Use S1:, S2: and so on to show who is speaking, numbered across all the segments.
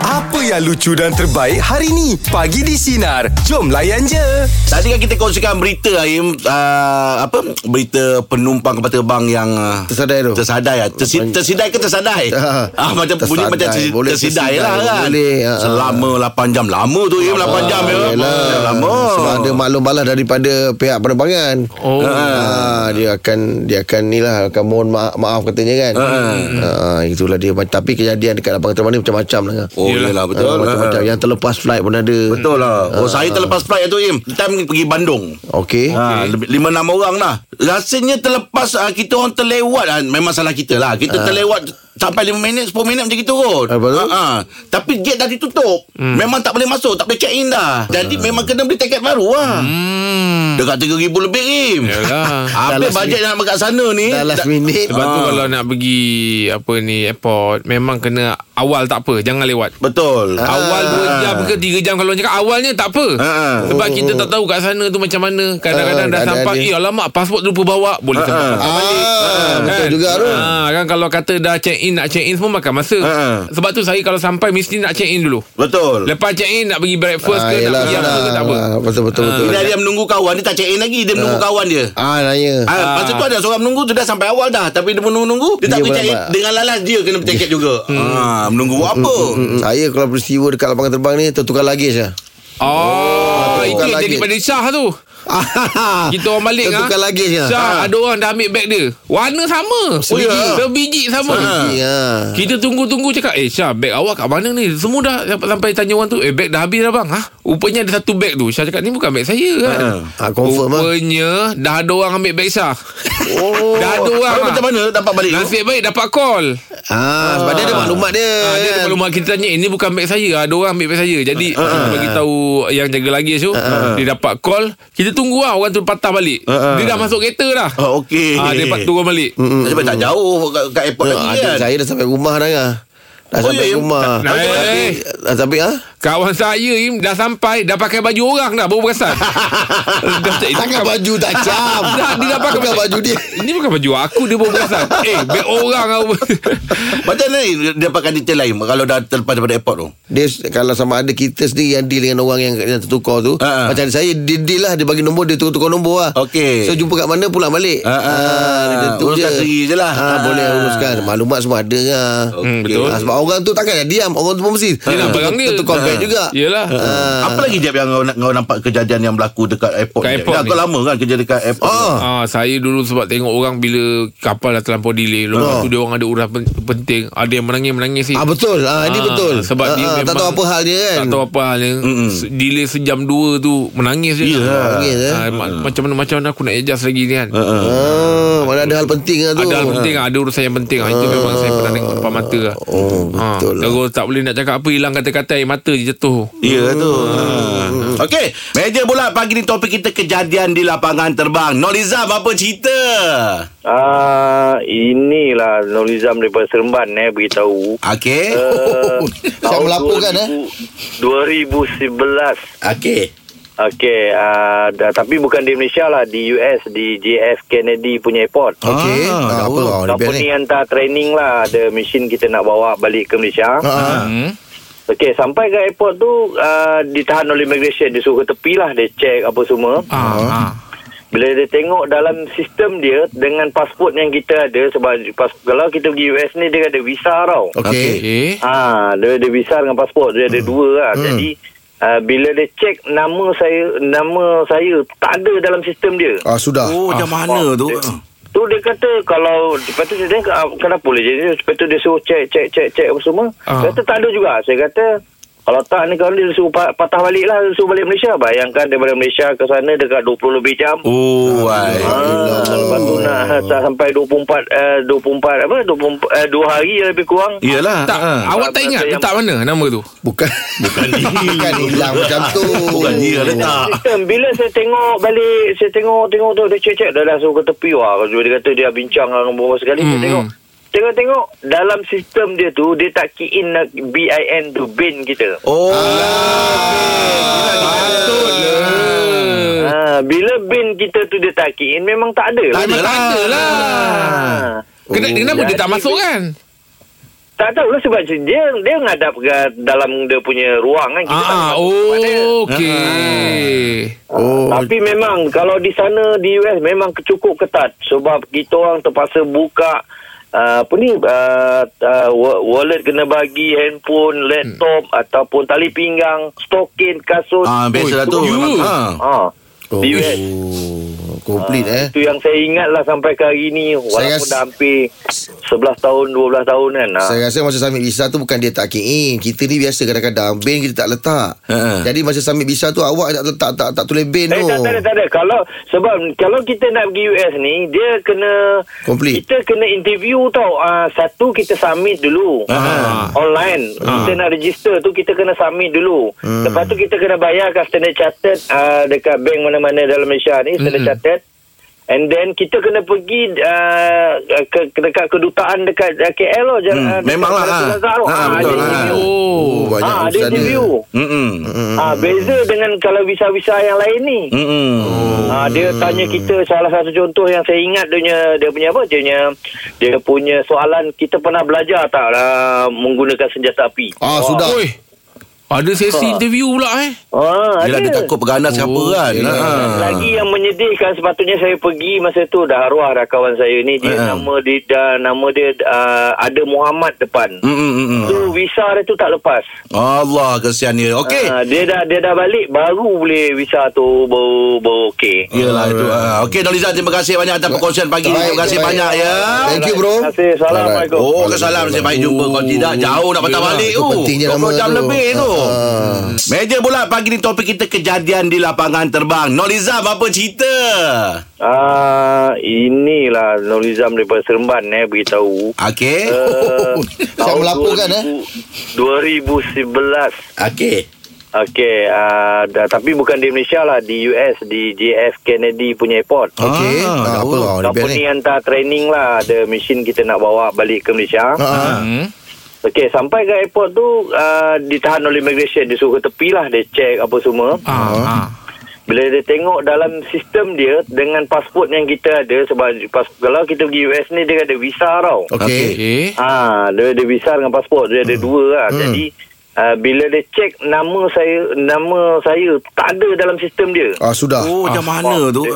S1: Apa yang lucu dan terbaik hari ni? Pagi di Sinar. Jom layan je.
S2: Tadi kan kita kongsikan berita Aim uh, apa berita penumpang kapal terbang yang uh,
S3: Tersadai tu.
S2: Tersadai ah. Tersi, tersidai ke tersadai?
S3: Ah,
S2: ah macam bunyi
S3: tersadai.
S2: macam tersi,
S3: Boleh
S2: tersidai,
S3: tersidai,
S2: lah kan.
S3: boleh, ah.
S2: Selama 8 jam lama tu Aim 8 jam ya.
S3: Yelah.
S2: Lama.
S3: Sebab ada maklum balas daripada pihak penerbangan.
S4: Oh.
S3: Ha, dia akan dia akan ni lah akan mohon maaf, maaf katanya kan. Ha. itulah dia tapi kejadian dekat lapangan terbang ni macam-macam lah.
S2: Oh yelah, betul.
S3: Ha, macam-macam yang terlepas flight pun ada.
S2: Betul lah. Oh,
S3: Ah,
S2: saya terlepas flight tu Im. Time pergi Bandung.
S3: Okey.
S2: Ha, lebih- lima enam orang lah Rasanya terlepas uh, Kita orang terlewat uh, Memang salah kita lah Kita terlewat Sampai lima minit sepuluh minit macam gitu kot
S3: Lepas tu?
S2: ha. Tapi gate dah ditutup hmm. Memang tak boleh masuk Tak boleh check in dah Jadi memang kena beli tiket baru lah hmm. Dekat RM3,000 lebih Im
S4: Yalah.
S2: Habis bajet nak dekat sana ni
S3: Dah last minute.
S4: Sebab tu kalau nak pergi apa ni airport memang kena awal tak apa jangan lewat.
S2: Betul
S3: Ah.
S2: Ah,
S4: Awal 2 jam ke 3 jam kalau orang cakap awalnya tak apa.
S2: Ha.
S3: Oh,
S4: Sebab kita tak tahu kat sana tu macam mana. Kadang-kadang
S3: Ha,
S4: dah
S3: ada-
S4: sampai
S3: ada.
S4: eh alamak pasport lupa bawa boleh sampai patah balik.
S3: Ah, betul juga tu. Ah,
S4: Ha, kan kalau kata dah check in nak check in semua makan masa.
S2: Ha.
S4: Sebab tu saya kalau sampai mesti nak check in dulu.
S2: Betul
S4: Lepas check in nak pergi breakfast
S3: Ah,
S4: ke nak
S3: yelah,
S4: pergi apa ke
S3: senang.
S4: tak apa.
S3: Ah, Betul betul betul.
S2: Bila dia menunggu kawan Dia tak check in lagi Dia menunggu kawan dia
S3: Ah nanya.
S2: Ah, ha, masa tu ada seorang menunggu tu dah sampai awal dah tapi dia menunggu dia tak
S3: Dia
S2: boleh cari
S3: berlambat.
S2: dengan lalas dia kena bercakap juga. Ha, menunggu buat apa?
S3: Hmm, saya kalau peristiwa dekat lapangan terbang ni tertukar luggage lah.
S4: Oh, Ah, itu
S3: bukan
S4: yang
S3: lagi.
S4: jadi pada Syah tu. Kita orang balik ah.
S3: Tertukar luggage lah.
S4: Syah,
S3: Ah.
S4: ada orang dah ambil beg dia. Warna sama.
S2: Sebiji.
S4: Sebiji sama.
S3: Biji, ah.
S4: Kita tunggu-tunggu cakap Eh Syah beg awak kat mana ni Semua dah sampai- Sampai tanya orang tu Eh beg dah habis dah bang ha? Rupanya ada satu beg tu Syah cakap ni bukan beg saya kan
S3: Ah, confirm lah.
S4: Rupanya Dah ada orang ambil beg Syah
S3: Oh.
S4: Dah ada orang
S2: Tapi
S4: ah.
S2: macam mana dapat balik? tu?
S4: Nasib baik dapat call
S3: Ah, sebab dia ada maklumat dia.
S4: Ah, dia ada
S3: kan.
S4: maklumat kita tanya ini bukan beg saya Ah, ada orang ambil beg saya jadi
S3: Eh.
S4: uh, kita bagi tahu yang jaga lagi tu dia dapat call kita tunggu lah orang tu patah balik
S3: Eh.
S4: dia dah masuk kereta dah
S2: Oh, okey. Hmm,
S4: Ah, dia dapat turun balik
S2: Sebab tak jauh kat, kat airport
S3: Ah,
S2: lagi
S3: adik
S2: kan.
S3: saya dah sampai rumah dah kan. Dah
S2: Oh,
S3: sampai
S2: ya, ya.
S3: rumah.
S4: Nah, eh,
S3: Tapi,
S4: eh.
S3: ah, tapi ah.
S4: Kawan saya Im, dah sampai Dah pakai baju orang dah Baru perasan dah, tak- itu
S3: Tangan
S4: bukan-
S3: baju tak cam.
S4: dah, Dia dah pakai
S3: Bukan baju dia.
S4: Ini bukan baju aku Dia baru perasan Eh beg orang aku.
S3: Eh,
S2: Macam mana dia pakai detail lain kalau dah terlepas daripada airport tu?
S3: Dia s- kalau sama ada kita sendiri yang deal dengan orang yang, yang tertukar
S4: Ha,
S3: tu
S2: Ah, ah.
S3: Macam saya dia deal lah Dia bagi nombor Dia tukar-tukar nombor lah
S2: Okey.
S3: So jumpa kat mana pulang balik
S4: Ha,
S2: Ah, ah.
S3: dia tu
S2: Uruskan sendiri je lah.
S3: Ah,
S2: Ah.
S3: Boleh uruskan Maklumat semua ada lah
S4: Hmm, Ha. betul.
S3: Ah, Sebab orang tu takkan nak diam Orang tu pun mesti
S4: Yelah, barang dia. Ha, Ya.
S3: Tertukar beg juga
S4: Yelah
S3: Ah.
S2: Apa lagi Jeb yang kau, kau nampak kejadian yang berlaku dekat airport?
S4: Kat
S2: Jeb?
S4: airport
S2: dah
S4: ni.
S2: kau lama kan kerja dekat airport.
S3: Ah.
S2: ni?
S4: Ah, saya dulu sebab tengok orang bila kapal dah terlampau delay. Lepas
S3: Ah.
S4: tu dia orang ada urusan pen- penting. Ada yang menangis-menangis ni.
S3: Ah betul. Ah, ini
S4: Ah,
S3: betul.
S4: Sebab
S3: ah,
S4: dia
S3: ah,
S4: memang
S3: tak tahu apa hal dia kan.
S4: Tak tahu apa hal dia Se- Delay sejam dua tu Menangis dia
S2: Yelah.
S3: Menangis, eh.
S4: Ah, ma- Macam mana Macam mana aku nak adjust lagi ni kan
S3: Ah, mana ada hal penting lah tu.
S4: Ada hal penting Ada urusan yang penting ah. Itu memang saya pernah tengok depan mata lah.
S3: Oh, betul lah.
S4: Terus tak boleh nak cakap apa Hilang kata-kata air mata je jatuh
S2: Ya tu. Hmm. Okey, meja bola pagi ni topik kita kejadian di lapangan terbang. Nolizam apa cerita?
S5: Ah, inilah Nolizam daripada Seremban eh beritahu.
S2: Okey.
S3: Oh,
S5: Uh,
S3: Ah. Saya melaporkan, eh.
S5: 2011.
S2: Okey.
S5: Okey, uh, dah, tapi bukan di Malaysia lah, di US, di JF Kennedy punya airport.
S3: Okey. Ah, apa?
S2: Ah,
S3: Oh, lebih ni.
S5: Company hantar training lah Ada mesin kita nak bawa balik ke Malaysia
S3: Ah,
S4: hmm?
S5: Okey sampai ke airport tu uh, Ditahan oleh immigration Dia suruh ke tepi lah Dia check apa semua
S4: ah, ah.
S5: Bila dia tengok dalam sistem dia Dengan pasport yang kita ada Sebab pas, kalau kita pergi US ni Dia ada visa tau
S3: Okey.
S4: Okay
S5: Ah, dia ada visa dengan pasport dia ada dua lah. Hmm. Jadi uh, bila dia cek nama saya nama saya tak ada dalam sistem dia.
S3: Ah, sudah.
S2: Oh, macam mana tu?
S5: Tu dia kata kalau lepas tu dia tengok ah, kenapa boleh jadi lepas tu dia suruh cek cek cek cek apa semua.
S4: Ah.
S5: Dia kata tak ada juga. Saya kata kalau tak ni kalau dia suruh pa- patah balik lah dia suruh balik Malaysia. Bayangkan daripada Malaysia ke sana dekat 20 lebih jam.
S2: Oh, wai.
S5: Ah, lepas tu nak tak sampai 24 uh, 24 apa 24 uh, 2 hari lebih kurang.
S2: Iyalah.
S4: tak, Awak tak ingat
S5: Saya-
S4: letak mana nama tu?
S3: Ah, Bukan. Bukan Bukan hilang macam tu.
S2: Bukan dia letak.
S5: Sistem bila saya tengok balik saya tengok tengok tu dia cek-cek dah dah suruh ke tepi wah kalau dia kata dia bincang dengan beberapa sekali mm. saya
S4: Hmm.
S5: tengok tengok-tengok dalam sistem dia tu dia tak key in nak BIN tu bin kita
S2: Oh.
S4: Ah, Betul lah
S5: ha, bila bin kita tu dia tak key in memang tak ada
S4: Tak ada lah
S5: ha.
S4: Kena- Kenapa dia tak
S5: Jadi,
S4: masuk kan?
S5: Tak tahulah sebab dia dia ngadap ke dalam dia punya ruang kan. Kita tak
S4: Ah, ah,
S5: tahu mana.
S4: oh, okey.
S3: Oh.
S5: Tapi memang kalau di sana di US memang cukup ketat sebab kita orang terpaksa buka uh, apa ni uh, uh, wa- wallet kena bagi handphone, laptop hmm. ataupun tali pinggang, stokin, kasut.
S2: Ah, biasalah tu.
S4: you.
S2: Memang, ha.
S5: Ah.
S3: Oh.
S5: Di US.
S3: Komplit eh.
S5: Itu yang saya ingat lah sampai ke hari ni walaupun
S3: rasa-
S5: dah hampir 11 tahun 12 tahun kan. Ah.
S3: Saya rasa masa submit visa tu bukan dia tak key in. Kita ni biasa kadang-kadang bin kita tak letak.
S2: Ha.
S3: Jadi masa submit visa tu awak tak tak tak, tak tulis bin
S5: Eh,
S3: tu.
S5: tak, tak ada, tak ada. Kalau sebab kalau kita nak pergi US ni, dia kena
S3: Complete.
S5: kita kena interview tau. Uh, satu kita submit dulu.
S2: Ah. Hmm.
S5: Online. Kita nak register tu kita kena submit dulu. Lepas tu kita kena bayar kat Standard Chartered uh, dekat bank mana-mana dalam Malaysia ni, Standard
S2: Hmm.
S5: Chartered. And then kita kena pergi uh, ke, ke dekat kedutaan dekat uh, KL lah.
S2: Hmm, memanglah, ah. Ah, betul, ah.
S3: Oh, banyak
S5: Ah, ada
S3: urusan dia.
S5: interview.
S2: Mm-mm.
S5: Ah, beza dengan kalau visa-visa yang lain ni.
S2: Mm-mm.
S3: Oh.
S5: Ha, dia tanya kita salah satu contoh yang saya ingat dia punya dia punya apa dia punya dia punya soalan kita pernah belajar tak uh, menggunakan senjata api.
S3: Ah, sudah.
S4: Oi. Ada sesi interview pula eh.
S5: Ah,
S2: Yelah dia
S5: ada.
S2: takut peganas oh, siapa kan.
S3: yelah.
S2: Ha.
S5: Lagi yang menyedihkan sepatutnya saya pergi masa tu dah arwah dah kawan saya ni dia
S2: Ah.
S5: nama dia dah, nama dia uh, ada Muhammad depan.
S2: Mm-mm. mm-mm.
S5: Tu visa dia tu tak lepas.
S2: Allah kesian dia. Okey.
S5: Ah, dia dah dia dah balik baru boleh visa tu baru baru okey.
S2: Yelah itu. ah. Okey Doliza terima kasih banyak atas perkongsian pagi. ni. Terima kasih
S3: Baik.
S2: banyak ya.
S3: Thank you bro.
S5: Terima kasih. Assalamualaikum.
S2: Oh, kesalam saya baik jumpa Kalau tidak jauh nak patah balik
S3: itu
S2: tu.
S3: pentingnya nama
S2: 20 jam
S3: tu.
S2: lebih tu.
S3: Ah, ah.
S2: Meja bulat pagi ni topik kita kejadian di lapangan terbang. Noliza apa cerita?
S5: Ah, inilah Nurizam daripada Seremban eh beritahu.
S2: Okey.
S5: Uh,
S3: Oh, Siap melaporkan, eh?
S5: 2011.
S2: Okey.
S5: Okey, uh, dah, tapi bukan di Malaysia lah, di US, di JF Kennedy punya airport.
S3: Okey. Ah,
S2: Ah,
S3: apa kau ni
S5: Company
S3: ni?
S5: hantar training lah, ada mesin kita nak bawa balik ke Malaysia.
S3: Ha.
S4: Hmm.
S5: Okey, sampai ke airport tu, uh, ditahan oleh immigration, dia suruh ke tepi lah, dia check apa semua.
S4: Ah, ah.
S5: Bila dia tengok dalam sistem dia, dengan pasport yang kita ada, sebab pas, kalau kita pergi US ni, dia ada visa tau.
S3: Okey.
S4: Okey.
S5: Ah, dia ada visa dengan pasport. Dia ada dua lah. Hmm. Jadi uh, bila dia cek nama saya nama saya tak ada dalam sistem dia.
S3: Ah sudah.
S2: Oh, macam mana tu?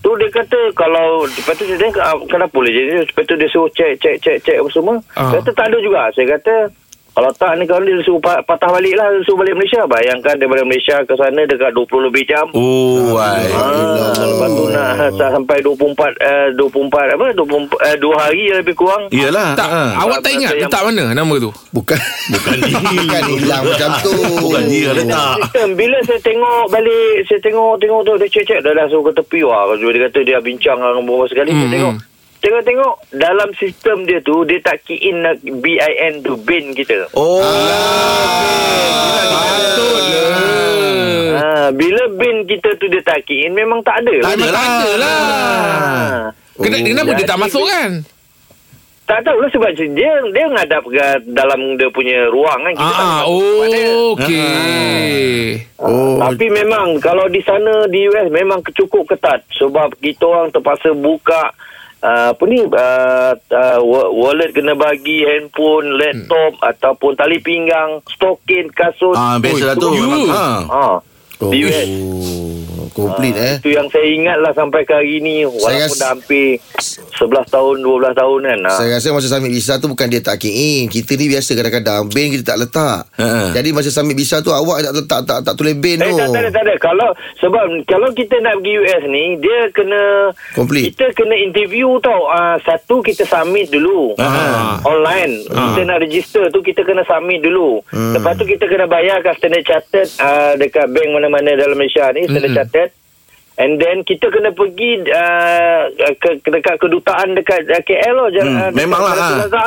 S5: Tu dia kata kalau lepas tu saya tengok ah, kenapa boleh jadi lepas tu dia suruh cek cek cek cek apa semua.
S4: Ah.
S5: Dia Kata tak ada juga. Saya kata kalau tak ni kalau dia suruh pa- patah balik lah dia suruh balik Malaysia. Bayangkan daripada Malaysia ke sana dekat 20 lebih jam.
S2: Oh, ai.
S5: Ah, lepas tu nak sa- sampai 24 uh, 24 apa 24 uh, 2 hari lebih kurang.
S2: Iyalah.
S4: Tak,
S2: Ah.
S4: awak tak ingat
S5: Yang-
S4: letak mana nama tu?
S3: Bukan bukan bukan kan hilang macam tu.
S2: Bukan dia letak.
S5: Sistem bila saya tengok balik saya tengok tengok tu dia cek-cek dah langsung ke tepi wah kalau dia kata dia bincang dengan beberapa sekali saya
S4: Hmm,
S5: tengok
S4: hmm.
S5: tengok-tengok dalam sistem dia tu dia tak key in nak BIN tu bin kita Ah,
S2: Oh.
S4: Betul.
S5: ha, bila bin kita tu dia tak key in memang tak ada
S2: Tak
S5: lah
S2: ada
S4: Memang tak
S2: lah.
S4: ada lah.
S5: ha.
S4: Kena- Kenapa dia
S5: Jadi-
S4: tak masuk kan?
S5: tak tahulah sebab dia dia ngadap ke dalam dia punya ruang kan
S4: Ah,
S5: tak
S4: ah,
S5: tahu tempat dia. Ah.
S4: oh, okey.
S3: Oh.
S5: Tapi memang kalau di sana di US memang cukup ketat sebab kita orang terpaksa buka uh, apa ni uh, uh, wa- wallet kena bagi handphone, laptop hmm. ataupun tali pinggang, stokin, kasut.
S2: Ah, biasalah tu.
S4: you.
S2: Memang- Ha.
S5: Ha.
S3: Oh.
S5: Di US.
S3: Komplit eh.
S5: Itu yang saya ingat lah sampai ke hari ni walaupun
S3: Saya rasa-
S5: dah hampir 11 tahun 12 tahun kan. Ha.
S3: Saya rasa masa submit visa tu bukan dia tak key in. Kita ni biasa kadang-kadang bin kita tak letak.
S2: Ha.
S3: Jadi masa submit visa tu awak tak letak tak tak tulis bin
S5: Eh,
S3: tu.
S5: tak, tak ada, tak ada. Kalau sebab kalau kita nak pergi US ni, dia kena
S3: Complete.
S5: kita kena interview tau. Uh, satu kita submit dulu.
S2: Ah. Hmm.
S5: Online. Kita nak register tu kita kena submit dulu. Lepas tu kita kena bayar kat Standard Chartered uh, dekat bank mana-mana dalam Malaysia ni, Standard Chartered. And then kita kena pergi uh, ke, ke dekat kedutaan dekat uh, KL lah. Hmm.
S2: Hmm, memanglah, ah.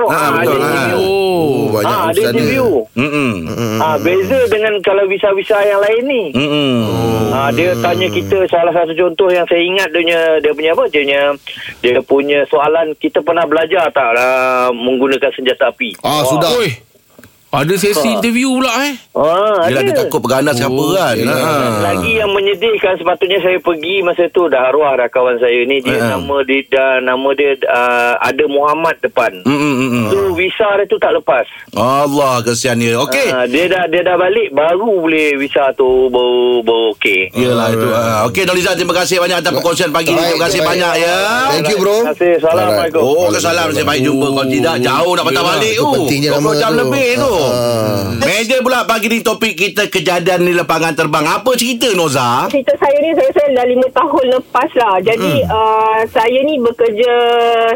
S2: Ah, betul, ah.
S3: Oh,
S4: Oh.
S3: banyak
S5: Ah,
S3: urusan
S5: dia interview.
S2: Mm-mm.
S5: Ah, beza dengan kalau visa-visa yang lain ni.
S2: Mm-mm.
S5: Ha, dia tanya kita salah satu contoh yang saya ingat dia punya, dia punya apa dia punya, dia punya soalan kita pernah belajar tak uh, menggunakan ah, senjata api.
S3: Ah sudah.
S4: Oi. Ada sesi interview pula eh.
S5: Ah,
S2: Yelah dia takut perganas ke apa
S4: Oh,
S2: kan
S3: yelah.
S2: Ha.
S5: Lagi yang menyedihkan sepatutnya saya pergi masa tu dah arwah dah kawan saya ni dia
S2: Ha.
S5: nama dia dah, nama dia uh, ada Muhammad depan.
S2: Mm, mm, mm, mm.
S5: So visa dia tu tak lepas.
S2: Allah kesian dia Okey
S5: Ah, dia dah dia dah balik baru boleh visa tu baru baru okey.
S2: Yelah itu ha. Okey Noliza terima kasih banyak Atas perkongsian pagi ni
S3: Baik,
S2: Terima kasih
S3: baik.
S2: banyak ya
S3: Thank you bro.
S5: Terima kasih. Assalamualaikum.
S2: Oh kesalam Saya baik jumpa Kalau tidak jauh nak patah
S4: Yelah,
S2: balik
S3: itu
S2: tu
S3: pentingnya nama
S2: 20 jam
S3: tu.
S2: lebih tu
S3: Ah.
S2: Meja pula pagi ni Topik kita kejadian di lapangan terbang Apa cerita Noza?
S6: Cerita saya ni saya, saya dah lima tahun lepas lah. Jadi hmm. uh, saya ni bekerja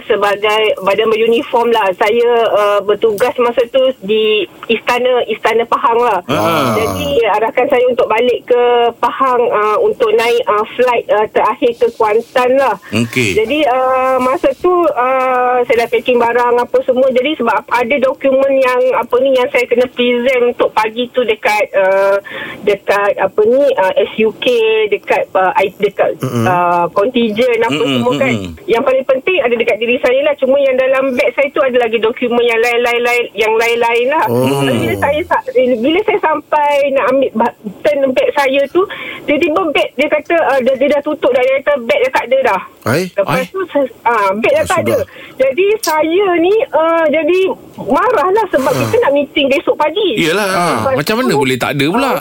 S6: sebagai badan beruniform lah. Saya uh, bertugas masa tu di istana Istana Pahang lah.
S2: Ah.
S6: Jadi arahkan saya untuk balik ke Pahang uh, untuk naik uh, flight uh, terakhir ke Kuantan lah.
S2: Okey.
S6: Jadi uh, masa tu uh, saya dah packing barang apa semua. Jadi sebab ada dokumen yang apa ni yang saya kena present untuk pagi tu dekat uh, dekat apa ni uh, SUK dekat uh, I- dekat uh, contingent apa
S2: Mm-mm,
S6: semua kan.
S2: mm-mm.
S6: Yang paling penting ada dekat diri saya lah. Cuma yang dalam beg saya tu ada lagi dokumen yang lain-lain yang lain-lain lah.
S3: Oh.
S6: Tapi bila saya sa- bila saya sampai nak ambil ba- turn beg saya tu tiba-tiba beg dia kata uh, dia, dia dah tutup dah dia kata beg dia tak ada dah.
S3: Hai.
S6: Lepas
S4: Ai.
S6: tu saya- ah beg dah
S3: Ah,
S6: tak ada.
S3: sudah.
S6: Jadi saya ni uh, jadi marahlah sebab kita nak meeting besok pagi.
S4: Yelah ha.
S6: Lepas
S4: Macam mana
S6: tu,
S4: boleh tak ada pula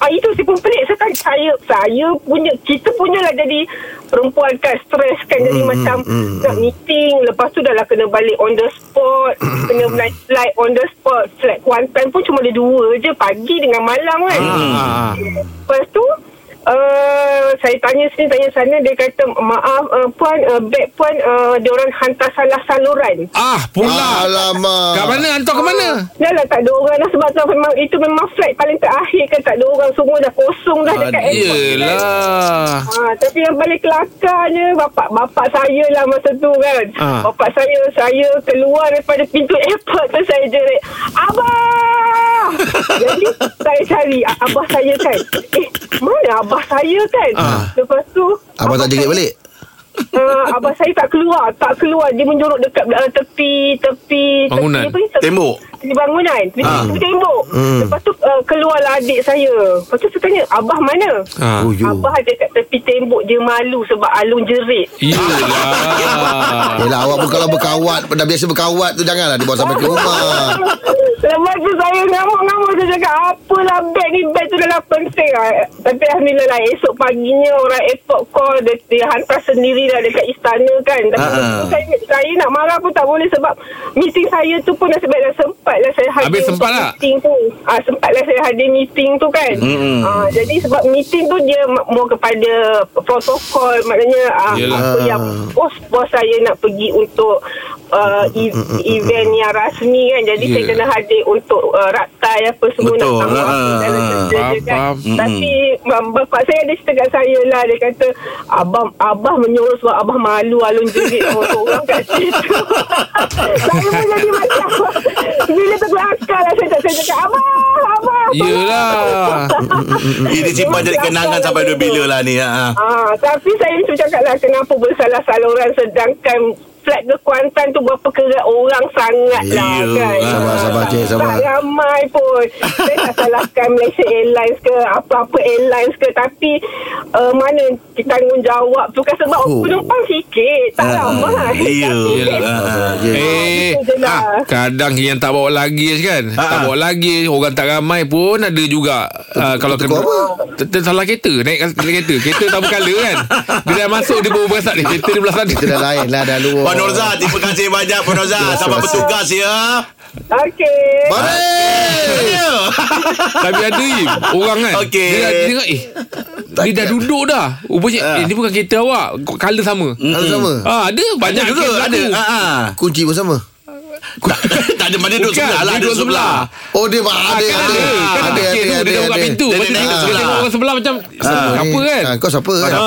S6: Ah itu si pun pelik saya tak- saya saya punya kita punyalah jadi perempuan kan stres kan jadi
S2: Mm,
S6: macam nak meeting lepas tu dah lah kena balik on the spot kena naik flight on the spot flight Kuantan pun cuma ada dua je pagi dengan malam kan
S2: Ah.
S6: lepas tu Uh, saya tanya sini tanya sana dia kata maaf uh, puan uh, beg puan uh, diorang hantar salah saluran
S4: Ah pula
S3: Alamak.
S4: Kat mana hantar ke mana
S6: Dah lah tak ada orang dah sebab tu memang itu memang flight paling terakhir kan tak ada orang semua dah kosong dah dekat airport tu kan.
S4: Yelah
S6: Ha, tapi yang paling kelakarnya bapak bapak saya lah masa tu kan.
S4: Ha.
S6: Ha. Bapak saya saya keluar daripada pintu airport tu saya jerit, "Abah!" Jadi saya cari a- abah saya kan. Eh, mana abah saya kan?
S4: Ha.
S6: Lepas tu
S3: Abang tak jerit
S6: saya-
S3: balik?
S6: Uh, abah saya tak keluar, tak keluar. Dia menjorok dekat uh, tepi tepi
S4: Bangunan.
S6: Tepi, apa ni? tepi,
S2: Tembok.
S6: Tepi bangunan. Tepi,
S2: Ah.
S6: tepi tembok.
S3: Hmm.
S6: Lepas tu uh, keluarlah adik saya. Lepas tu saya tanya, "Abah mana?"
S4: ha.
S3: Oh, you.
S6: Abah ada kat tepi tembok dia malu sebab alung jerit.
S4: Yelah
S3: Yelah awak pun kalau berkawat Dah biasa berkawat tu Janganlah dibawa sampai ke rumah
S6: Lepas tu saya ngamuk-ngamuk Saya cakap Apalah beg ni Beg tu adalah penting lah. Tapi Alhamdulillah lah Esok paginya Orang airport call Dia, dia hantar sendiri lah Dekat istana kan Tapi
S2: Ha-ha.
S3: Ah,
S6: uh-huh. saya, saya nak marah pun tak boleh Sebab Meeting saya tu pun Nasib baik dah sempat lah Saya hadir
S4: Habis
S6: untuk
S4: sempat tak?
S6: Meeting tu ah, Sempat lah saya hadir meeting tu kan
S2: Mm-mm.
S6: ah, Jadi sebab meeting tu Dia mau kepada Protokol Maknanya ah,
S4: Yelah.
S6: Apa yang Bos-bos saya nak pergi Untuk uh, e- Event yang rasmi kan Jadi saya
S4: Yeah.
S6: kena hadir untuk uh, raktai apa semua
S2: Betul,
S6: nak tahu
S2: ha,
S6: apa dalam
S2: ha,
S6: kerja
S4: faham,
S6: dia kan.
S4: faham.
S6: Tapi mm bapak saya ada cakap kat saya lah dia kata abang abah menyuruh sebab abah malu alun jerit orang kat situ. saya pun jadi macam bila terbelakang lah saya tak saya cakap abah abah.
S4: Yelah
S3: Hmm.
S2: Ini simpan jadi kenangan sampai dua bila lah ni ha.
S6: Ah, tapi saya macam cakap lah kenapa bersalah saluran sedangkan flat ke Kuantan tu berapa kerat orang sangat lah
S2: Iyo,
S6: kan.
S2: ah, sabar,
S3: sabar, cik, sabar.
S6: Tak ramai pun. saya tak salahkan Malaysia Airlines ke apa-apa airlines ke tapi uh, mana tanggungjawab tu kan sebab
S3: Oh.
S6: penumpang sikit. Tak ramai.
S2: Iya
S3: Ah, je.
S4: Eh,
S6: Itu je lah.
S4: ha, kadang yang tak bawa luggage kan
S2: Ha,
S4: Tak
S2: ha.
S4: bawa luggage Orang tak ramai pun ada juga uh, Kalau kena
S3: apa?
S4: ter- Salah kereta Naik kereta kereta Kereta tak berkala kan Dia dah masuk Dia baru berasap dia Kereta dia belah sana
S3: Kita dah lain lah Dah luar
S2: Puan Norza Terima kasih banyak Puan Norza Selamat bertugas ya
S6: Okey.
S3: Baik
S4: Tapi ada Im Orang kan
S2: Okey.
S4: Dia dah dia tengok Eh Dia dah duduk dah Rupanya
S2: Ah.
S4: eh, Ini bukan kereta awak Color sama
S3: Kalau sama
S4: Ah, ada banyak
S2: Hmm. Ada
S4: kes
S2: juga ada.
S4: berlaku.
S2: Ha ah.
S3: Kunci pun sama
S2: tak ada mana duduk
S4: Bukan,
S2: sebelah lah,
S4: dia
S2: ada
S4: duduk
S2: sebelah.
S3: Oh dia ada
S4: Ah,
S3: Ada
S4: kan ada Kan
S3: Ada
S4: ada kes tu Dia dah buka pintu
S2: Dia
S4: Lepas tu
S2: naik kat
S4: dia dia
S2: sebelah.
S4: tengok orang sebelah macam Apa kan
S3: Ah, Kau siapa kan
S4: Ha,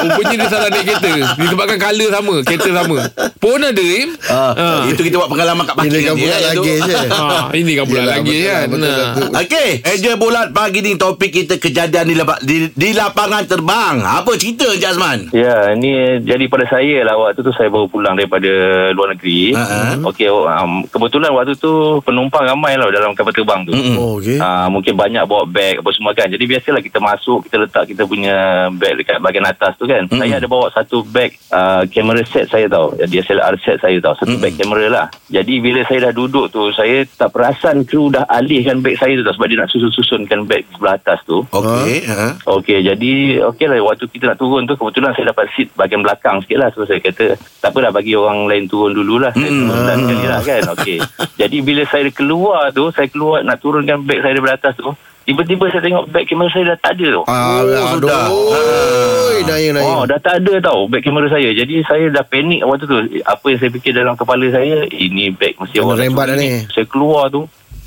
S4: rupanya dia salah naik kereta Disebabkan colour sama Kereta sama Pun ada Im
S2: Ah,
S4: ha.
S2: Itu kita buat pengalaman kat
S3: Bila
S2: parking ya,
S3: kau buka lagi je
S4: ha. Ini kan pula
S3: Yelah,
S4: lagi
S3: betul lah,
S4: kan
S3: betul,
S4: Nah.
S3: betul.
S2: Okey, Eja Bulat pagi ni topik kita kejadian di, lapa, di, di lapangan terbang. Apa cerita Encik Azman?
S5: Ya, ni jadi pada saya lah waktu tu saya baru pulang daripada luar negeri.
S2: Ha, ha.
S5: Okey, oh, ha,
S7: um, kebetulan waktu tu penumpang ramai lah dalam kapal terbang tu.
S2: Mm-mm.
S3: Oh, okey.
S7: Uh, mungkin banyak bawa beg apa semua kan. Jadi biasalah kita masuk, kita letak kita punya beg dekat bahagian atas tu kan. Mm-hmm. Saya ada bawa satu beg uh, kamera set saya tau. DSLR set saya tau. Satu mm-hmm. beg kamera lah. Jadi bila saya dah duduk tu, saya tak perasan kru dah alihkan beg saya tu tau. Sebab dia nak susun-susunkan beg sebelah atas tu.
S2: Okey. Ha?
S7: Okey, jadi okey lah waktu kita nak turun tu kebetulan saya dapat seat bahagian belakang sikit lah. So saya kata, tak apalah bagi orang lain turun dululah. Saya
S2: Hmm.
S7: turun dalam kali lah kan. Okey. jadi bila saya keluar tu, saya keluar nak turunkan beg saya daripada atas tu, tiba-tiba saya tengok beg kamera saya dah tak ada tu.
S3: Alah,
S2: Oh, dah.
S3: ah, aduh. Oi, Naya, Naya.
S7: Oh, dah tak ada tau beg kamera saya. Jadi saya dah panik waktu tu. Apa yang saya fikir dalam kepala saya, ini beg mesti orang
S3: Kena
S7: nak
S3: rembat dah
S7: curi
S3: ni.
S7: Saya keluar tu,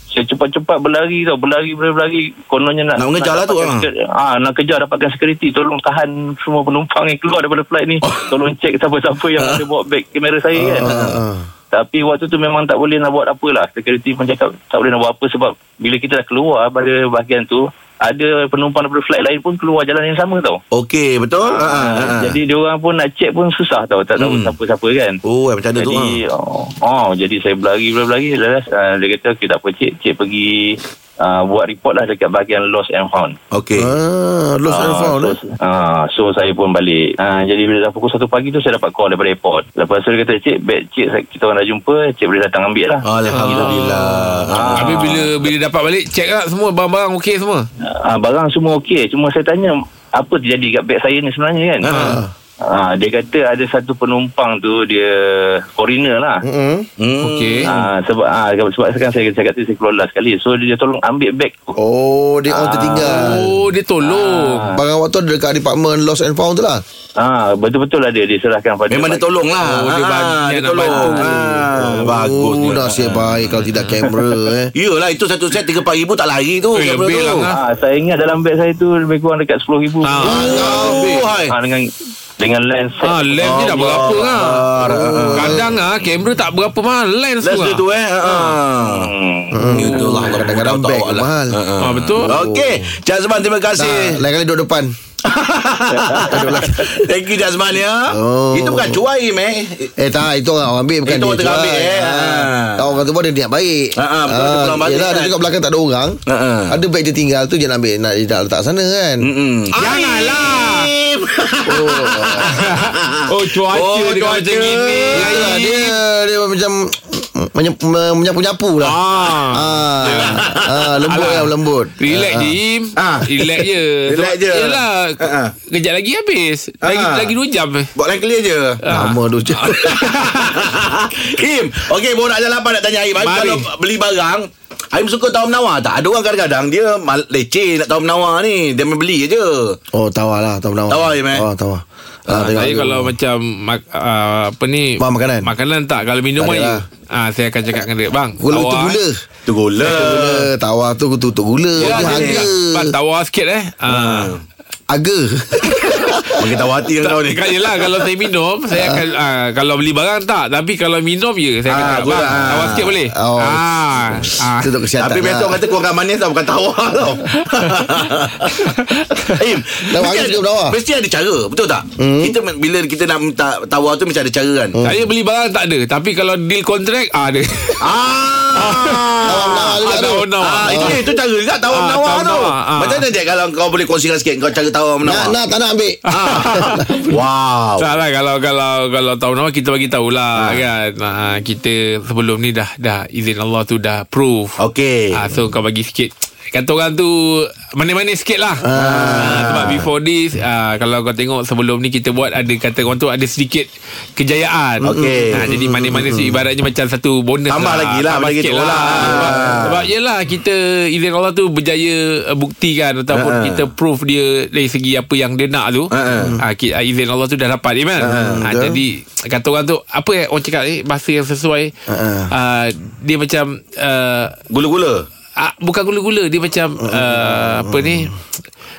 S7: saya cepat-cepat berlari tau, berlari berlari, berlari. kononnya nak
S2: Nak mengejar lah tu,
S7: dapatkan
S2: ah.
S7: sekur- ah. nak kejar dapatkan security, tolong tahan semua penumpang yang keluar daripada flight ni.
S2: Oh.
S7: Tolong cek siapa-siapa yang
S2: Ah.
S7: ada bawa beg kamera saya kan.
S3: Ah,
S7: Tapi waktu tu memang tak boleh nak buat apalah. Security pun cakap tak boleh nak buat apa sebab bila kita dah keluar pada bahagian tu, ada penumpang daripada flight lain pun keluar jalan yang sama tau.
S2: Okey, betul? Ha. ha, ha.
S7: Ah, Jadi dia orang pun nak check pun susah tau tak tahu
S2: Hmm.
S7: siapa-siapa kan.
S2: Oh, macam mana tu?
S7: jadi
S2: Ha.
S7: oh, oh jadi saya berlari berlari lepas uh, dia kata okey tak apa cik cik pergi uh, buat report lah dekat bahagian lost and found.
S2: Okey.
S3: Ah, lost and
S7: Ah,
S3: found. eh?
S7: so, ah, so saya pun balik ah, Jadi bila dah pukul 1 pagi tu Saya dapat call daripada airport Lepas tu dia kata Cik, bag cik saya- kita orang dah jumpa Cik boleh datang ambil lah
S2: Alhamdulillah.
S7: Ah.
S4: Habis bila bila dapat balik check lah semua barang-barang okey semua.
S5: Hmm.
S7: ah, Barang semua okey Cuma saya tanya Apa terjadi kat beg saya ni sebenarnya kan
S2: Ah.
S7: Ah, Dia kata ada satu penumpang tu Dia foreigner lah
S3: Hmm.
S2: Hmm.
S4: Okey.
S7: Ah sebab ah sebab sekarang saya cakap tu saya keluar last sekali. So dia tolong ambil beg tu.
S3: Oh, dia orang
S7: Ah.
S3: tertinggal.
S4: Oh, dia tolong.
S3: Barang waktu ada dekat department lost and found tu lah.
S7: Ah betul-betul lah dia diserahkan pada
S2: Memang dia tolong lah.
S4: Oh, dia
S2: Ah,
S4: bantu,
S2: dia
S4: nak
S2: tolong.
S4: bantu.
S2: Ah, Bagus.
S3: Oh,
S2: dia.
S3: nasib baik kalau tidak kamera eh.
S2: Yelah, itu satu set RM3,000 tak lari tu.
S4: Eh,
S2: kamera
S4: lebih
S2: tu.
S4: lah,
S5: kan?
S4: Ngah.
S7: Ah saya ingat dalam beg saya tu lebih kurang dekat RM10,000.
S4: Ah,
S2: Oh, hai.
S7: ah dengan dengan lens set.
S4: Ha, lens ni dah berapa lah.
S2: Ah,
S4: Kadang ah kamera tak berapa mahal lens tu
S2: Last
S4: lah.
S2: dia tu eh. Ah.
S7: Hmm.
S2: Hmm. Itulah
S3: Kadang-kadang
S2: Allah
S3: beg
S2: tahu lah.
S3: mahal.
S2: Ah, ah.
S4: Ah, betul.
S2: Okey, Jazman terima
S3: Nah,
S2: kasih.
S3: lain kali duduk depan.
S2: Thank you Jazman ya.
S3: Oh.
S2: Itu bukan cuai meh.
S3: Eh tak Itu orang ambil Bukan
S2: Itu orang tengah ambil, eh. Ah.
S3: Tak orang kata pun Dia niat baik
S2: Ah, ah, betul, dia pulang balik
S3: Yelah
S2: kan.
S3: dia kat belakang tak ada orang
S2: Ah, ah.
S3: Ada beg dia tinggal tu Dia nak ambil Nak, dia nak letak sana kan
S2: Hmm.
S4: Janganlah.
S3: Oh
S4: Oh, cuaca,
S2: Oh,
S4: oh,
S2: cuaca
S4: cuaca
S2: gini.
S4: gini.
S3: Itulah dia Dia macam menye- me- Menyapu-nyapu lah
S4: Ah.
S3: Ah, ah lembut
S4: Alah.
S3: lah lembut.
S4: Relax
S3: Ah,
S4: je
S3: ah.
S4: Im
S2: Ah.
S4: Relax je
S2: Relax je.
S4: Yelah
S2: Ah.
S4: Kejap lagi habis Lagi
S2: Ah.
S4: lagi 2 jam eh.
S2: Buat lain clear je.
S4: Ah.
S3: Lama tu je.
S2: Im, okey borak jalan apa nak tanya Im. Im
S4: Mari.
S2: kalau beli barang, Im suka tahu menawar tak? Ada orang kadang-kadang dia mal- leceh nak tahu menawar ni. Dia main beli je.
S3: Oh, tawar lah, tawar menawar.
S2: Tawar je, Mat.
S3: Oh, tawar.
S4: Ah,
S3: Ah, tengok
S4: saya
S3: tu.
S4: kalau macam mak, ah, apa ni
S3: Bang, makanan.
S4: makanan tak kalau minuman
S3: Tak ada lah.
S4: ah saya akan cakap dengan dia bang
S3: gula kutu
S4: tawar,
S3: gula.
S4: eh.
S2: Tu gula.
S3: Gula, tawar tu kutu tu gula. Dia
S4: Ya, dia
S3: harga.
S4: cakap, bang tawar sikit eh ah
S3: Harga.
S2: Bagi tahu hati dengan kau ni.
S4: Kan yelah Kalau saya minum Saya akan ah, Kalau beli barang tak Tapi kalau minum je Saya akan
S2: Ah,
S4: cakap
S2: gula,
S4: Bang
S2: ah.
S4: Tawar sikit boleh
S3: Oh.
S4: ah, ah.
S3: Itu untuk kesihatan. lah.
S2: Tapi besok
S4: kan
S2: kata kurang manis tau Bukan tawar tau Im
S3: Dah
S2: mesti
S3: manis
S2: ada-
S3: ke tawar?
S2: Mesti ada cara Betul tak? Kita men- bila kita nak minta tawar tu Mesti ada cara kan?
S4: Saya beli barang tak ada Tapi kalau deal kontrak ah, Ada
S2: Ah,
S3: Tawar juga
S4: Ah,
S3: tu.
S4: tawar-menawar.
S2: ah, itu itu cara juga tawar
S4: Ah,
S2: menawar tu.
S4: tawar-menawar, ah.
S2: Macam mana Jack kalau kau boleh kongsikan sikit kau cara tawar
S3: Nak,
S2: menawar?
S3: nak, tak nak ambil.
S2: Ah. wow.
S4: Tak lah kalau kalau kalau tahu nama kita bagi tahulah ha. kan. Ha, kita sebelum ni dah dah izin Allah tu dah proof.
S2: Okey.
S4: Ha, so kau bagi sikit Kata orang tu Manis-manis sikit lah ah. Sebab before this ah, Kalau kau tengok sebelum ni kita buat Ada kata orang tu ada sedikit Kejayaan
S2: Okey.
S4: Ah, Jadi manis-manis tu ibaratnya macam satu bonus
S2: Tambah
S4: lah.
S2: lagi lah,
S4: Tambah
S2: bagi
S4: sikit
S2: tu
S4: lah,
S2: lah.
S4: Sebab, sebab yelah kita Izin Allah tu berjaya uh, buktikan Ataupun
S2: Ah.
S4: kita proof dia Dari segi apa yang dia nak tu
S2: Ah.
S4: Ah, ki- ah, Izin Allah tu dah dapat Iman Ah,
S3: betul.
S4: Jadi kata orang tu Apa yang orang cakap ni Bahasa yang sesuai Ah, Dia macam ah,
S2: Gula-gula.
S4: Ah, bukan gula-gula dia macam uh, apa ni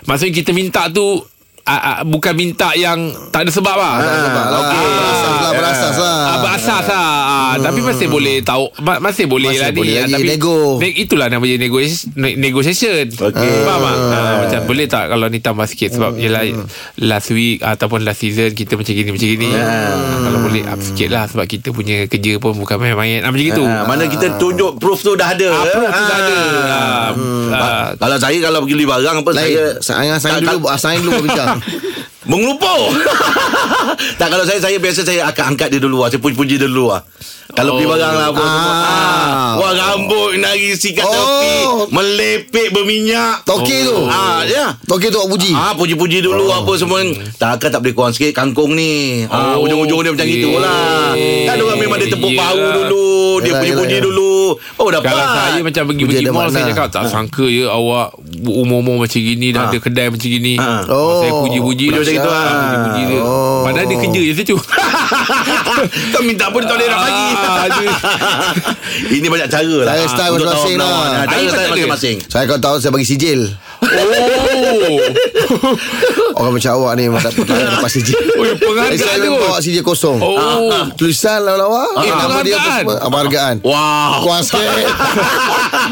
S4: maksudnya kita minta tu ah, ah, bukan minta yang tak ada sebab lah.
S3: Tak ada sebab lah.
S4: Okey.
S3: Berasas lah, berasas lah. Hmm.
S4: Ah, berasas lah. Ah, Tapi masih boleh tahu ma- masih boleh
S3: Masih
S4: lah ni.
S3: boleh
S4: Ah,
S3: lagi
S4: tapi
S3: nego.
S4: ne- itulah namanya negotiation. ne- negotiation.
S2: Okey.
S4: Faham tak? Ah, macam boleh tak kalau ni tambah sikit sebab
S3: Hmm.
S4: yelah last week ataupun last season kita macam gini macam gini. Ah, Kalau boleh up sikit lah sebab kita punya kerja pun bukan main-main. Ah, macam gitu.
S2: Ha, mana kita tunjuk proof tu dah ada.
S4: Apa tu
S2: Ah.
S4: tak ada. Ah,
S3: Hmm.
S4: ah,
S2: Kalau saya kalau pergi beli barang apa
S3: Lain.
S2: saya
S3: Saya saya
S2: Tak-
S3: dulu, ah, saya dulu berbincang.
S2: mengelupur. tak kalau saya saya biasa saya akan angkat dia dulu lah. Saya puji-puji dia dulu lah. Kalau
S4: Oh.
S2: beli barang lah apa semua.
S3: Ah.
S2: Ah. Wah rambut nari sikat
S3: Oh.
S2: tepi melepek berminyak.
S3: Tokek
S4: Oh.
S3: tu.
S2: Ah ya.
S3: Tokek tu awak puji.
S2: Ah puji-puji dulu oh. apa semua. Takkan tak boleh kurang sikit kangkung ni. Ah
S4: Oh,
S2: ujung-ujung dia macam
S4: okey. Ya.
S2: gitulah. Kan orang memang dia tepuk
S4: Yelah.
S2: bahu dulu, dia
S3: Yelah,
S2: puji-puji
S3: yelah.
S2: dulu. Oh dapat.
S4: Kalau
S8: lah?
S4: saya macam pergi-pergi
S3: Hujan ada
S4: mall Saya
S3: makna.
S4: cakap tak
S2: Ha.
S4: sangka je Awak umur-umur macam gini
S2: Ah.
S4: Dah ada kedai macam gini
S2: Ah.
S3: Oh.
S4: Saya
S2: Puji
S4: puji-puji lah.
S2: macam gitu,
S4: Ah,
S2: ah.
S4: Puji-puji dia
S3: Oh.
S4: Padahal dia kerja je situ
S2: Kau minta pun tak boleh nak bagi
S4: Ah, dia-
S2: Ini banyak cara lah
S3: Saya style
S2: Untuk
S3: masing-masing lah.
S2: lawan-lawan. Ah, Cara style
S4: Air tak ada.
S2: masing-masing
S3: Saya kalau tahu saya bagi sijil.
S4: Oh.
S3: Orang macam awak ni masa pertanyaan lepas sijil.
S4: Oh, ya, penghargaan
S3: Saya selalu
S4: tu.
S3: bawa sijil kosong.
S4: Oh.
S2: Ha,
S3: Tulisan lawa-lawa.
S4: Eh,
S3: nama dia apa
S4: penghargaan.
S3: semua. Ah, Penghargaan.
S2: Wow
S3: Kuas sikit.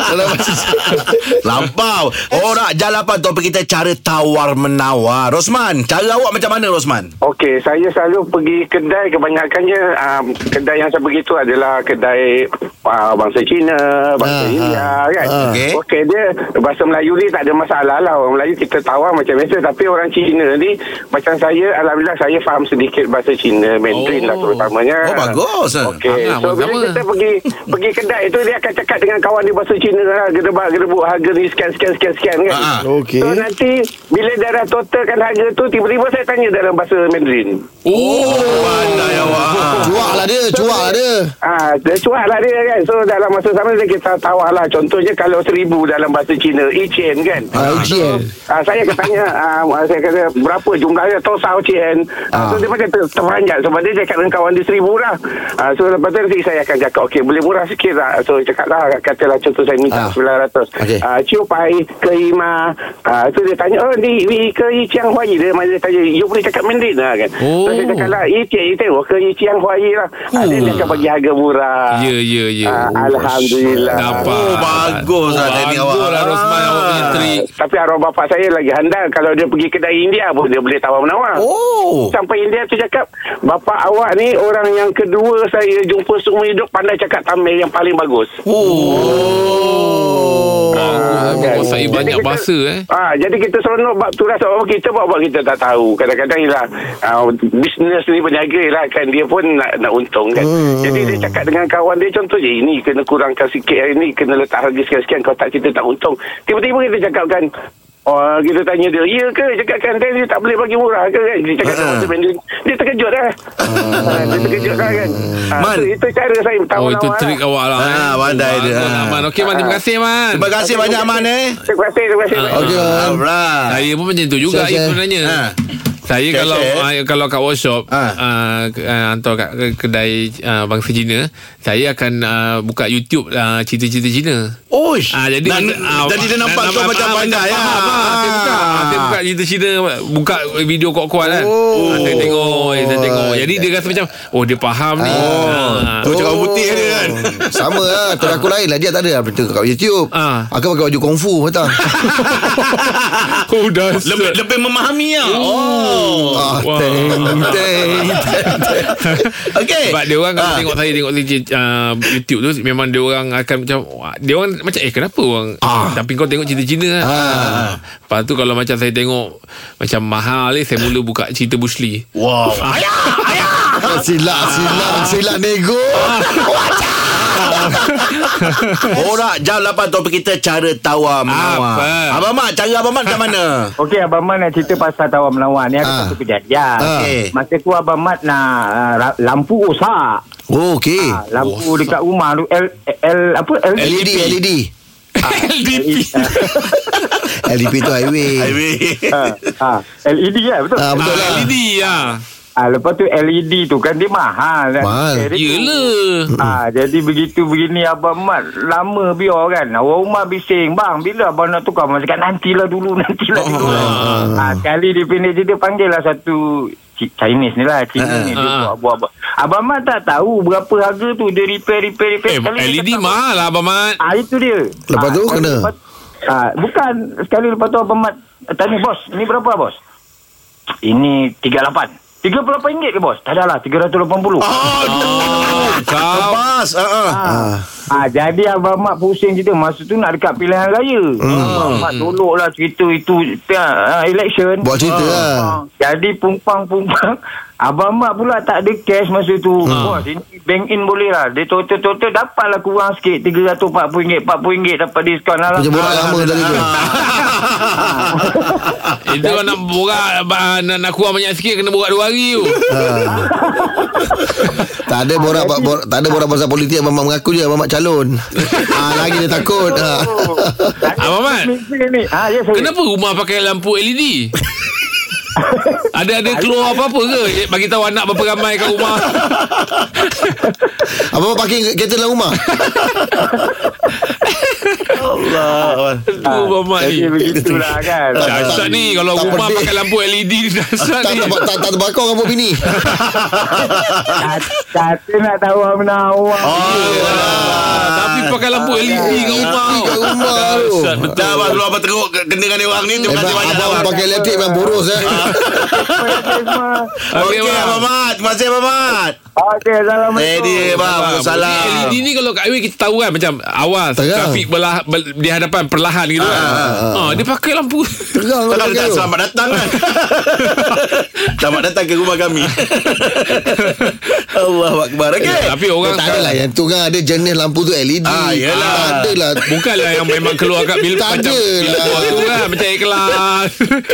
S3: Kalau bagi sijil.
S2: Lampau Oh, Orang jalapan topik kita Cara tawar-menawar Rosman Cara awak macam mana Rosman?
S8: Okey, saya selalu pergi kedai kebanyakannya um, kedai yang saya pergi tu adalah kedai uh, bangsa Cina, bangsa
S3: Ah,
S8: uh, India
S3: ah,
S8: kan.
S3: ah.
S2: Okey.
S8: Okey, okay, dia bahasa Melayu ni tak ada masalah lah. Orang Melayu kita tawar macam biasa tapi orang Cina ni macam saya alhamdulillah saya faham sedikit bahasa Cina, Mandarin
S4: Oh.
S8: lah terutamanya.
S2: Oh, bagus, eh.
S8: Okey,
S3: lah,
S4: Ah,
S8: so bila
S4: sama-sama.
S8: kita pergi pergi kedai tu dia akan cakap dengan kawan dia bahasa Cina lah, gedebak gedebuk harga ni sekian sekian sekian sekian kan.
S2: Ah, ah.
S3: Okey.
S8: So nanti bila dia dah totalkan harga tu tiba-tiba saya tanya dalam bahasa Mandarin.
S4: Oh
S2: Pandai awak
S3: Cuak lah dia, cuak lah dia.
S8: Ah, dia cuak lah dia kan. So dalam masa sama dia kita tawar lah. Contohnya kalau seribu dalam bahasa Cina, Ichen kan.
S3: Ah, ujian.
S8: Ah, saya akan tanya ah, saya kata berapa jumlahnya tau sao cien ah. so dia macam ter, terperanjat sebab dia cakap dengan kawan dia seribu lah ah, so lepas tu nanti saya akan cakap okey boleh murah sikit lah so cakap lah katalah contoh saya minta
S3: Ah.
S8: RM900
S3: Okey.
S8: ah, ciu pai ke ima ah, so dia tanya oh di, di ke i chiang huai dia dia tanya you boleh cakap mandarin lah kan
S4: Oh.
S8: so saya cakap lah i tiang i tiang ke i chiang huai lah ah, dia, dia akan bagi harga murah
S4: Ya ya ya
S8: Ah, Alhamdulillah
S4: Dapat
S2: Oh, bagus lah teknik awak.
S4: Bagus lah Rosman
S2: Ah.
S4: Awak punya trik
S8: tapi arwah bapak saya lagi handal kalau dia pergi kedai India pun dia boleh tawar menawar.
S2: Oh
S8: Sampai India tu cakap Bapak awak ni orang yang kedua saya jumpa seumur hidup Pandai cakap Tamil yang paling bagus
S2: Oh
S8: Ah, kan.
S4: Menguasai
S8: Jadi
S4: banyak
S8: kita-
S4: bahasa eh
S8: Ah, jadi kita seronok bab tu lah sebab kita buat-buat kita tak tahu. Kadang-kadang ialah ah, bisnes ni peniaga ialah kan dia pun nak, nak untung kan. Hmm. Jadi dia cakap dengan kawan dia contohnya ini kena kurangkan sikit hari ni kena letak harga sekian-sekian kalau tak kita tak untung. Tiba-tiba kita cakapkan Oh, kita tanya dia, ya ke? Cakap kan, dia tak boleh bagi murah ke kan? Dia cakap
S2: Ah.
S8: uh-huh. dia, dia terkejut lah. Ah, dia terkejut lah kan? Ah,
S2: Man.
S8: so, itu cara saya tahu
S4: Oh itu trik awak lah eh.
S2: Ah, pandai dia.
S4: Bagus lah,
S2: Ah.
S4: Man Okey Man terima kasih Man Ah.
S2: Terima kasih banyak Man eh
S8: Terima kasih, terima kasih.
S3: Okey, Wan.
S2: Alright
S4: Saya pun macam tu juga
S3: Share,
S4: ya,
S3: share.
S4: sebenarnya.
S2: Ha.
S4: Ha. Saya
S2: Share,
S4: kalau
S2: share.
S4: uh, kalau kat workshop
S2: Ha.
S4: ha. uh, hantar kat ke- kedai uh, bangsa Cina, saya akan uh, buka YouTube uh, cerita-cerita Cina.
S2: Oish
S4: Ah jadi
S2: Dan-
S4: ah,
S2: Jadi dia nampak kau macam
S4: ah,
S2: pandai ya.
S4: faham, faham. Saya buka ah, saya buka cerita Cina buka video kuat-kuat kan. Oh. saya tengok, eh, saya tengok. Jadi dia rasa macam oh dia faham ni.
S3: Oh.
S4: Ah.
S2: Tu cakap putih dia kan
S3: Sama lah Kalau aku lain lah Dia tak ada lah Berita kat YouTube
S4: Ah.
S3: Aku pakai baju kungfu Betul
S4: Oh dah.
S2: lebih, lebih memahami lah Oh
S3: Ah,
S4: Wah.
S3: teng, teng, teng, teng.
S2: Okay
S4: Sebab dia orang kalau
S2: Ah.
S4: tengok saya tengok uh, YouTube tu memang dia orang akan macam wah, dia orang macam eh kenapa orang ah. tapi kau tengok cerita Cina ah. ah. Lepas tu kalau macam saya tengok macam mahal ni saya mula buka cerita Bushli.
S2: Wow
S3: Silat Silat Silat nego
S2: Orang jam 8 topik kita Cara tawar menawar
S4: Apa?
S2: Abang Mat Cara Abang Mat macam mana?
S9: Okey Abang Mat nak cerita pasal tawar menawar ni
S3: Ah.
S9: ada satu kejadian.
S3: Ah.
S2: Okey.
S9: Masa tu Abang Mat nak uh, ra- lampu rosak.
S3: Oh okay
S9: Ah, lampu dekat rumah tu L, L apa L, E
S4: E
S2: E
S3: LED LED LED tu highway
S2: Aiwi E
S9: Ah, ah, LED kan betul.
S3: Ah, betul
S4: ah,
S3: lah
S4: Lidi ah.
S9: kan, Ah, lepas tu LED tu kan dia mahal. kan.
S3: Mahal.
S9: Jadi-
S4: Yelah
S9: Ah, jadi begitu begini Abang Mat Lama biar kan Orang rumah bising Bang bila abang nak tukar Abang cakap nantilah dulu Nantilah
S3: Oh,
S9: dulu ah, Sekali dia pendek je Dia panggil lah satu Ci- Chinese ni lah Cina ni
S3: Eh,
S9: dia
S4: Ah.
S9: buat, buat, buat Abang Mat tak tahu Berapa harga tu Dia repair repair repair
S4: Eh
S9: Sekali dia
S4: LED
S9: kata,
S4: mahal lah Abang Mat
S9: Ah itu dia.
S3: Lepas tu,
S9: sekali
S3: kena?
S9: lepas- ah, bukan sekali lepas tu abang Mat eh, tanya bos, ni berapa bos? Ini 38. RM38 ke bos? Tak
S8: lah,
S9: adalah RM380.
S4: Oh Kau
S2: Lepas ah, ah.
S9: Ah. Ah, jadi Abang Mat pusing cerita Masa tu nak dekat pilihan raya
S3: Hmm.
S9: Abang Mat tolok lah cerita itu uh, Election
S3: Buat cerita lah.
S9: Ah, Jadi pumpang-pumpang Abang Mat pula tak ada cash masa tu
S3: Ha.
S9: Bos ini bank in boleh lah Dia total-total dapat lah kurang sikit RM340 RM40 dapat diskaun lah
S3: Macam
S2: Ah,
S3: borak lama tadi tu
S4: Itu kalau Eh, nak borak ah, nak, nak kurang banyak sikit Kena borak dua hari tu
S3: Tak ada borak bab- bor- Tak ada borak pasal politik Abang Mat mengaku je Abang Mat calon ha, Lagi dia takut ha.
S4: Abang Mat
S9: ni. Ah, ya, saya.
S4: Kenapa rumah pakai lampu LED? ada ada keluar apa-apa ke? Eh, Bagi tahu anak berapa ramai kat rumah.
S3: Abang Mat parking kereta dalam rumah
S2: Allah.
S4: Tu
S3: Ah,
S4: Abang Mat
S9: Jadi
S4: ni.
S9: begitulah kan
S4: Dasar ni kalau
S3: tak
S4: rumah
S3: pedih.
S4: pakai lampu LED ni dasar
S3: Tak
S4: ni.
S3: tak tak, tak terbakar rambut bini
S9: Ah, Kata nak tahu Amna awak
S4: Ah, Tapi pakai lampu LED kat rumah. Ah,
S3: kat rumah tu.
S4: Dasar betul.
S2: Dah abang, Kalau abang teruk ke- Kena dengan dia orang ni Terima
S3: Abang,
S2: kasih banyak
S3: abang
S2: abang
S3: pakai elektrik Memang boros eh
S4: Ah.
S2: Okey Abang Mat Terima kasih Abang Mat
S9: Okey,
S2: Eh
S9: Assalamualaikum
S2: dia Abang Salam
S4: Jadi LED E ni kalau kat highway kita tahu kan macam awas
S3: Terang.
S4: trafik belah, bel- di hadapan perlahan gitu kan. Ah, dia pakai lampu.
S3: Tegang
S2: Tak
S3: abang
S2: ada
S3: pakai tu.
S2: selamat datang kan Selamat datang ke rumah kami Allah Akbar Okay
S4: Tapi orang lah.
S3: Tak adalah yang tu kan Ada jenis lampu tu E LED
S2: Ah, yelah.
S3: Tak adalah
S4: Bukanlah yang memang keluar kat bil
S3: Tak
S4: macam
S3: ada lah.
S4: Keluar tu kan macam ikhlas.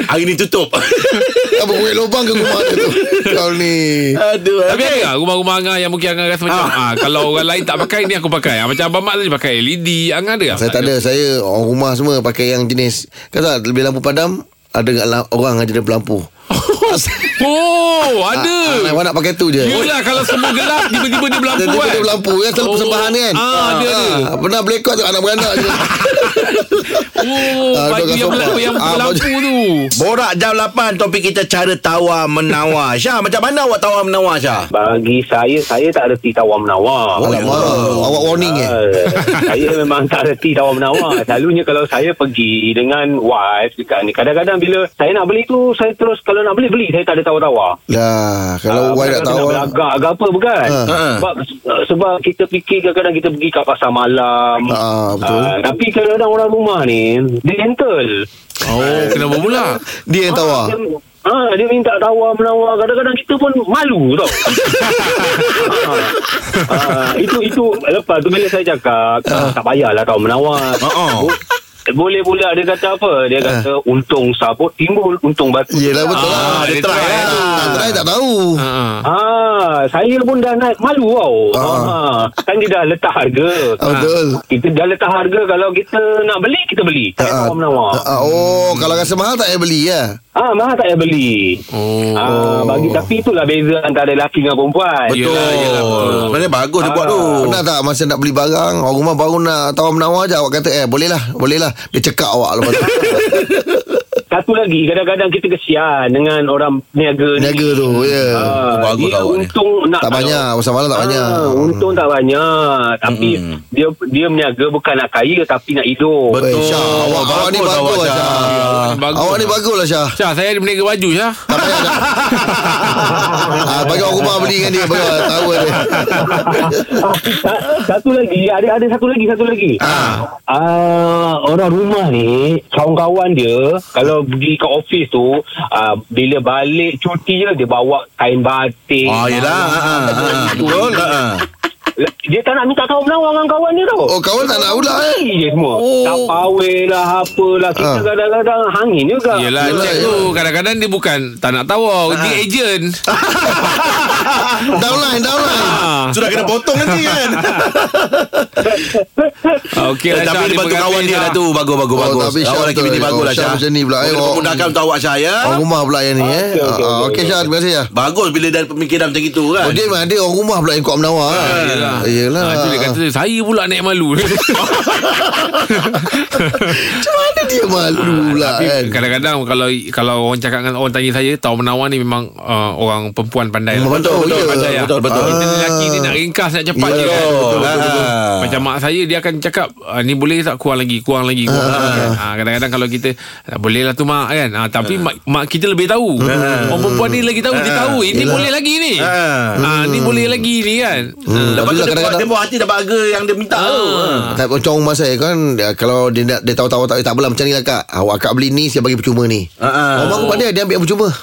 S2: Hari ni tutup
S3: Apa kuih lubang ke rumah dia tu Kau ni
S2: Aduh
S4: Tapi ada tak rumah-rumah Angah yang mungkin Angah rasa macam ah. kalau orang lain tak pakai ni aku pakai. Ah, macam Abang Mat tadi pakai LED. Angah ada tak?
S3: Saya tak ada Saya orang rumah semua Pakai yang jenis Kata lebih lampu padam Ada kat la- orang Ada lampu
S4: Oh, ada.
S3: Ah, Awak nak pakai tu je
S4: Yelah kalau semua gelap tiba-tiba dia berlampu
S3: Tiba-tiba
S4: kan.
S3: dia berlampu kan Selalu
S4: Oh.
S3: persembahan kan
S4: Ah, ada, ada.
S3: ah, Pernah blackout tu Anak beranak je
S4: Oh,
S3: Ah, duduk
S4: baju
S3: kat
S4: yang
S3: sofa.
S4: berlampu yang
S3: Ah,
S4: berlampu tu.
S2: Borak jam 8 Topik kita cara tawar menawar Syah macam mana awak tawar menawar Syah?
S10: Bagi saya, saya tak reti tawar-menawar.
S5: Oh, ya
S3: Alamak Awak warning
S5: Ah.
S3: eh
S10: Uh, saya memang tak reti tawar-menawar. Selalunya kalau saya pergi dengan wife dekat ni, kadang-kadang bila saya nak beli tu, saya terus kalau nak beli, beli. Saya tak ada tawar-tawar.
S3: Lah
S5: Ah,
S3: Kalau awak
S10: bukan
S3: nak
S10: kata
S3: tahu
S10: Ah, beragak ke apa bukan
S3: Ha.
S10: ha. sebab sebab kita fikir kadang-kadang kita pergi kat pasar malam
S3: Ha, betul.
S10: Ah, tapi kadang-kadang orang rumah ni dia gentle
S4: Oh, kenapa pula?
S3: Dia yang tawar
S10: dia, ah, dia minta tawar menawar kadang-kadang kita pun malu tau ah, ah, itu itu lepas tu bila saya cakap ah, tak payahlah tawar menawar
S2: Oh, oh.
S10: boleh pula dia kata apa dia
S3: Ah.
S10: kata untung sabut timbul untung batu
S3: Yelah betul lah
S2: Ah, dia try kan
S3: Tak try tak tahu
S4: Ha. ah.
S10: Ah, saya pun dah naik malu tau.
S3: Ah.
S10: Ah. kan dia dah letak harga.
S3: Ah, betul.
S10: Kita dah letak harga kalau kita nak beli kita beli. Tak
S3: Ah,
S10: payah menawar.
S3: ah, ah, Oh Kalau rasa mahal tak payah beli ya
S10: Ah, mahal tak payah beli.
S4: Oh.
S10: Ah, bagi tapi itulah beza antara lelaki dengan perempuan.
S4: Betul. Yelah, yelah, betul.
S2: Oh, Sebenarnya bagus dia buat tu
S3: Pernah tak masa nak beli barang Orang rumah baru nak tawar menawar je Awak kata eh boleh lah Boleh lah Dia cekak awak lepas tu
S10: Satu lagi kadang-kadang kita kesian dengan orang peniaga ni.
S3: Niaga tu Ya
S10: Ah,
S2: Bagus
S10: dia
S2: awak ni.
S10: untung nak
S3: Tak banyak Pasal malam tak banyak
S10: Ah, untung tak banyak tapi
S2: Mm-mm.
S10: dia dia meniaga bukan nak kaya tapi nak hidup.
S3: Betul Syah awak, awak ni
S2: Bagus
S3: bagus
S2: awak,
S3: lah Syah
S4: Syah. Bagus.
S3: Awak ni bagus lah Syah
S4: Syah, saya ada meniaga baju Syah.
S3: Tak payah dah ah, Bagi orang rumah beli dengan dia Bagi orang tahu dia
S10: Ah, satu lagi ada ada satu lagi satu lagi. Ah orang rumah ni kawan-kawan dia kalau pergi ke office tu ah, bila balik cuti je dia bawa kain batik.
S2: Ah, Oh yelah Ah, ah, ah. Betul ah, ah.
S10: Lah, Dia tak nak minta kawan menawar dengan kawan dia tau
S3: Oh kawan tak nak ular eh
S10: Beli je semua
S3: Oh.
S10: oh. Tak pawai lah Apalah Kita
S3: Ah.
S10: kadang-kadang hangin juga
S4: Yelah,
S3: Yelah, Ah.
S4: Yelah
S3: ya.
S4: tu Kadang-kadang dia bukan Tak nak tawar Dia agent
S3: Downline downline
S4: Ah.
S2: Sudah kena potong nanti kan
S4: Okey lah
S2: Tapi
S4: Syah,
S2: dia
S4: terima
S2: bantu kawan
S4: kasih,
S2: dia
S4: Syah.
S2: lah tu Bagus bagus
S3: Oh,
S2: bagus
S3: tapi Syah
S2: Awak lagi
S3: betul.
S2: bini
S3: Oh,
S2: bagus lah
S3: Syah
S2: Syah
S3: macam ni pula, eh.
S2: Kena
S3: Oh.
S2: memudahkan untuk awak Syah ya
S3: Orang rumah pula yang ni
S10: Okey,
S3: eh
S10: okey,
S3: Ah,
S10: okey,
S3: Okey Syah terima kasih Syah
S2: Bagus bila ada pemikiran macam itu kan
S3: Oh dia memang ada orang rumah pula yang kuat menawar kan?
S4: Ah, Yelah.
S3: Yelah
S4: Ah, tu dia kata saya pula naik malu.
S3: Macam mana dia malu pula
S4: Tapi
S3: kan
S4: kadang-kadang kalau kalau orang cakap dengan orang tanya saya, tahu menawar ni memang uh, orang perempuan pandai. lah.
S3: Betul, ya.
S2: betul,
S4: Pandai lah.
S2: betul, betul.
S4: Kita ni lelaki ni nak ringkas, nak cepat
S3: Yelah,
S4: je kan.
S2: betul, betul,
S4: Ah.
S2: betul.
S4: Macam mak saya dia akan cakap ah, ni boleh tak kurang lagi, kurang lagi, kurang lagi. Kan? Ah, kadang-kadang kalau kita ah, boleh lah tu mak kan. Ah, tapi mak, mak kita lebih tahu. Orang perempuan ni lagi tahu, dia tahu ini boleh lagi ni. Ah, ni boleh lagi ni kan. Ah.
S2: Lepas
S3: Tapi lah
S2: tu dia buat,
S3: kadang-kadang- Ah.
S2: dia buat hati dapat harga yang dia minta tu
S3: tak macam rumah saya kan dia, Kalau dia nak Dia tahu-tahu tak, tak apalah macam ni lah kak Awak kak beli ni Saya bagi percuma ni
S2: Ah, ah.
S3: Orang aku pandai Dia ambil yang percuma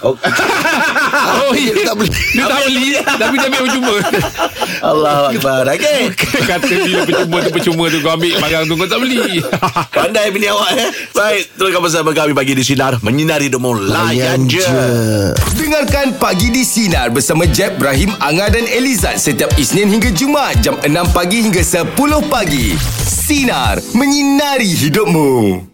S4: Oh,
S3: Dia
S4: iya.
S3: tak beli
S4: Dia tak beli Tapi dia ambil percuma
S2: Allah Akbar Okay
S4: Kata bila percuma tu percuma tu Kau ambil barang tu kau tak beli
S2: Pandai bini awak eh Baik Teruskan bersama kami Pagi di Sinar Menyinari demo Layan je
S1: Dengarkan Pagi di Sinar bersama Jeb, Ibrahim, Anga dan Elizad setiap Isnin hingga Jumaat jam 6 pagi hingga 10 pagi. Sinar. Menyinari hidupmu.